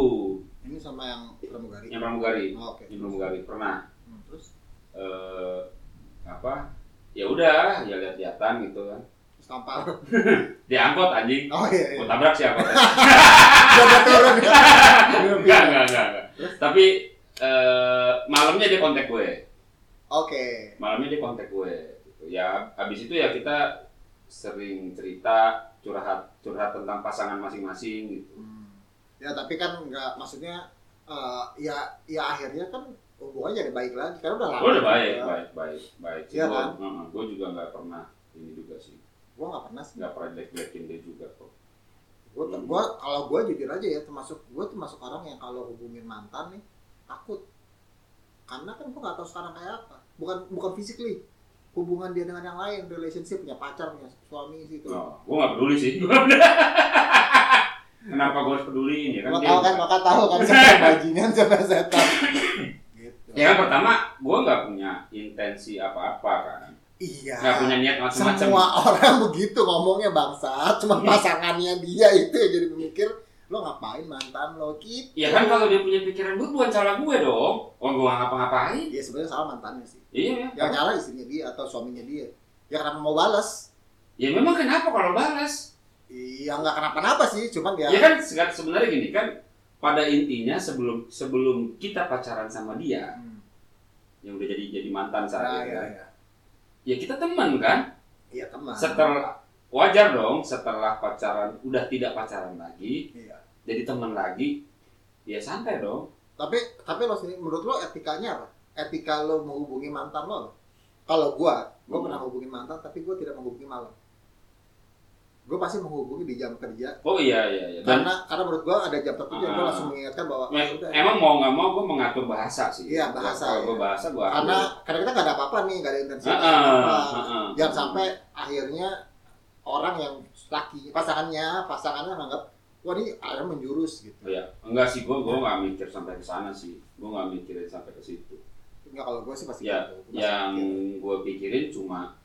ini sama yang pramugari yang pramugari Oh, oke yang Iya, pramugari pernah Hmm, terus eh, apa ya udah ya lihat-lihatan gitu kan terus tampar di angkot anjing oh iya iya gue tabrak sih angkot udah udah turun ya enggak enggak enggak enggak. tapi eh, malamnya dia kontak gue oke malamnya dia kontak gue gitu. ya abis itu ya kita sering cerita curhat curhat tentang pasangan masing-masing gitu Hmm. ya tapi kan nggak maksudnya eh, ya ya akhirnya kan hubungannya jadi baik lagi karena udah lama Gue udah baik, ya. baik, baik, baik. Iya kan? gue juga nggak pernah ini juga sih, gue nggak pernah sih nggak pernah jelek jelekin dia juga kok. gue Hmm. gua kalau gue jujur aja ya termasuk gue termasuk orang yang kalau hubungin mantan nih takut karena kan gue nggak tahu sekarang kayak apa bukan bukan physically hubungan dia dengan yang lain relationship punya pacar punya suami gitu No, Oh, gue nggak peduli sih. Kenapa gue harus peduliin ya kan? lo dia- tau kan maka tahu kan siapa yang bajingan siapa yang setan gitu Ya kan pertama, gue nggak punya intensi apa-apa kan, iya nggak punya niat macam-macam. semua orang begitu ngomongnya bangsa cuma Hmm. pasangannya dia itu yang jadi pemikir lo ngapain mantan lo gitu Ya kan kalau dia punya pikiran gue bukan salah gue dong. Oh gue ngapa-ngapain? ya sebenarnya salah mantannya sih Iya. yang nyala istrinya dia atau suaminya dia ya kenapa mau balas Ya memang kenapa kalau balas? iya nggak kenapa-napa sih cuman ya, Ya kan se- sebenarnya gini kan pada intinya sebelum sebelum kita pacaran sama dia Hmm. yang udah jadi jadi mantan saat Nah, ini ya, kan. ya. ya kita teman kan Iya, teman setelah wajar dong setelah pacaran udah tidak pacaran lagi Iya. jadi teman lagi ya santai dong tapi tapi lo sendiri menurut lo etikanya apa etika lo menghubungi mantan lo apa? kalau gua gua Hmm. pernah menghubungi mantan tapi gua tidak menghubungi malam gua pasti menghubungi di jam kerja oh iya iya, iya. dan karena karena menurut gua ada jam tertentu yang gua Ah. eh, langsung mengingatkan bahwa "Ya me- udah. emang mau nggak mau gue mengatur bahasa sih Iya, bahasa, kalau gue iya. bahasa gue karena karena kita nggak ada apa-apa nih nggak ada intensitas Ah, apa-apa. jangan sampai akhirnya orang yang laki pasangannya pasangannya menganggap wah ini akhirnya menjurus gitu ya enggak sih gue gue nggak mikir sampai ke sana sih gue nggak mikirin sampai ke situ enggak kalau gue sih pasti gitu. Gua pasti yang gitu. gue pikirin cuma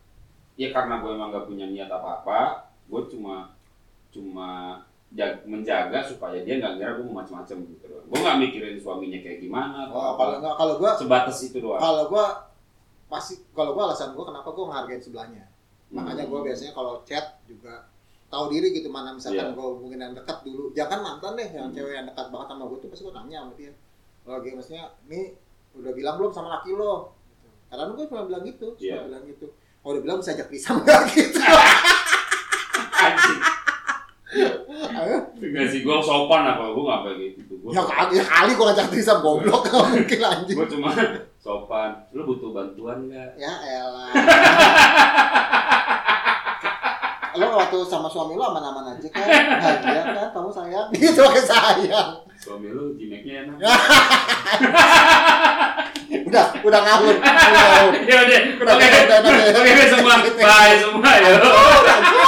ya karena gue emang gak punya niat apa apa gue cuma cuma jag- menjaga supaya dia nggak ngira gue mau macam-macam gitu doang gue nggak mikirin suaminya kayak gimana atau oh, apa kalau enggak kalau gue sebatas itu doang kalau gue pasti kalau gue alasan gue kenapa gue menghargai sebelahnya makanya Hmm. gue biasanya kalau chat juga tahu diri gitu mana misalkan Iya. gue hubungin yang dekat dulu jangan mantan deh yang Hmm. cewek yang dekat banget sama gue tuh pasti gue tanya sama dia kalau dia maksudnya nih udah bilang belum sama laki lo Gitu. karena gue cuma bilang gitu cuma Iya. bilang gitu kalau udah bilang bisa ajak pisang gak gitu Anjing. Ayo. Ngasih gue sopan apa gue nggak kayak gitu. Gue ya kali ya kali gue ngajak pisang goblok gak mungkin anjing gue cuma sopan. Lu butuh bantuan nggak? ya elah lo waktu sama suami lo aman-aman aja kan bahagia kan kamu sayang gitu kayak sayang Suami lu jimeknya Ya. enak. udah udah ngawur udah ngawur Ya udah. Udah, Oke. udah, udah, udah. Oke semua. Bye semua ya. Oh, udah,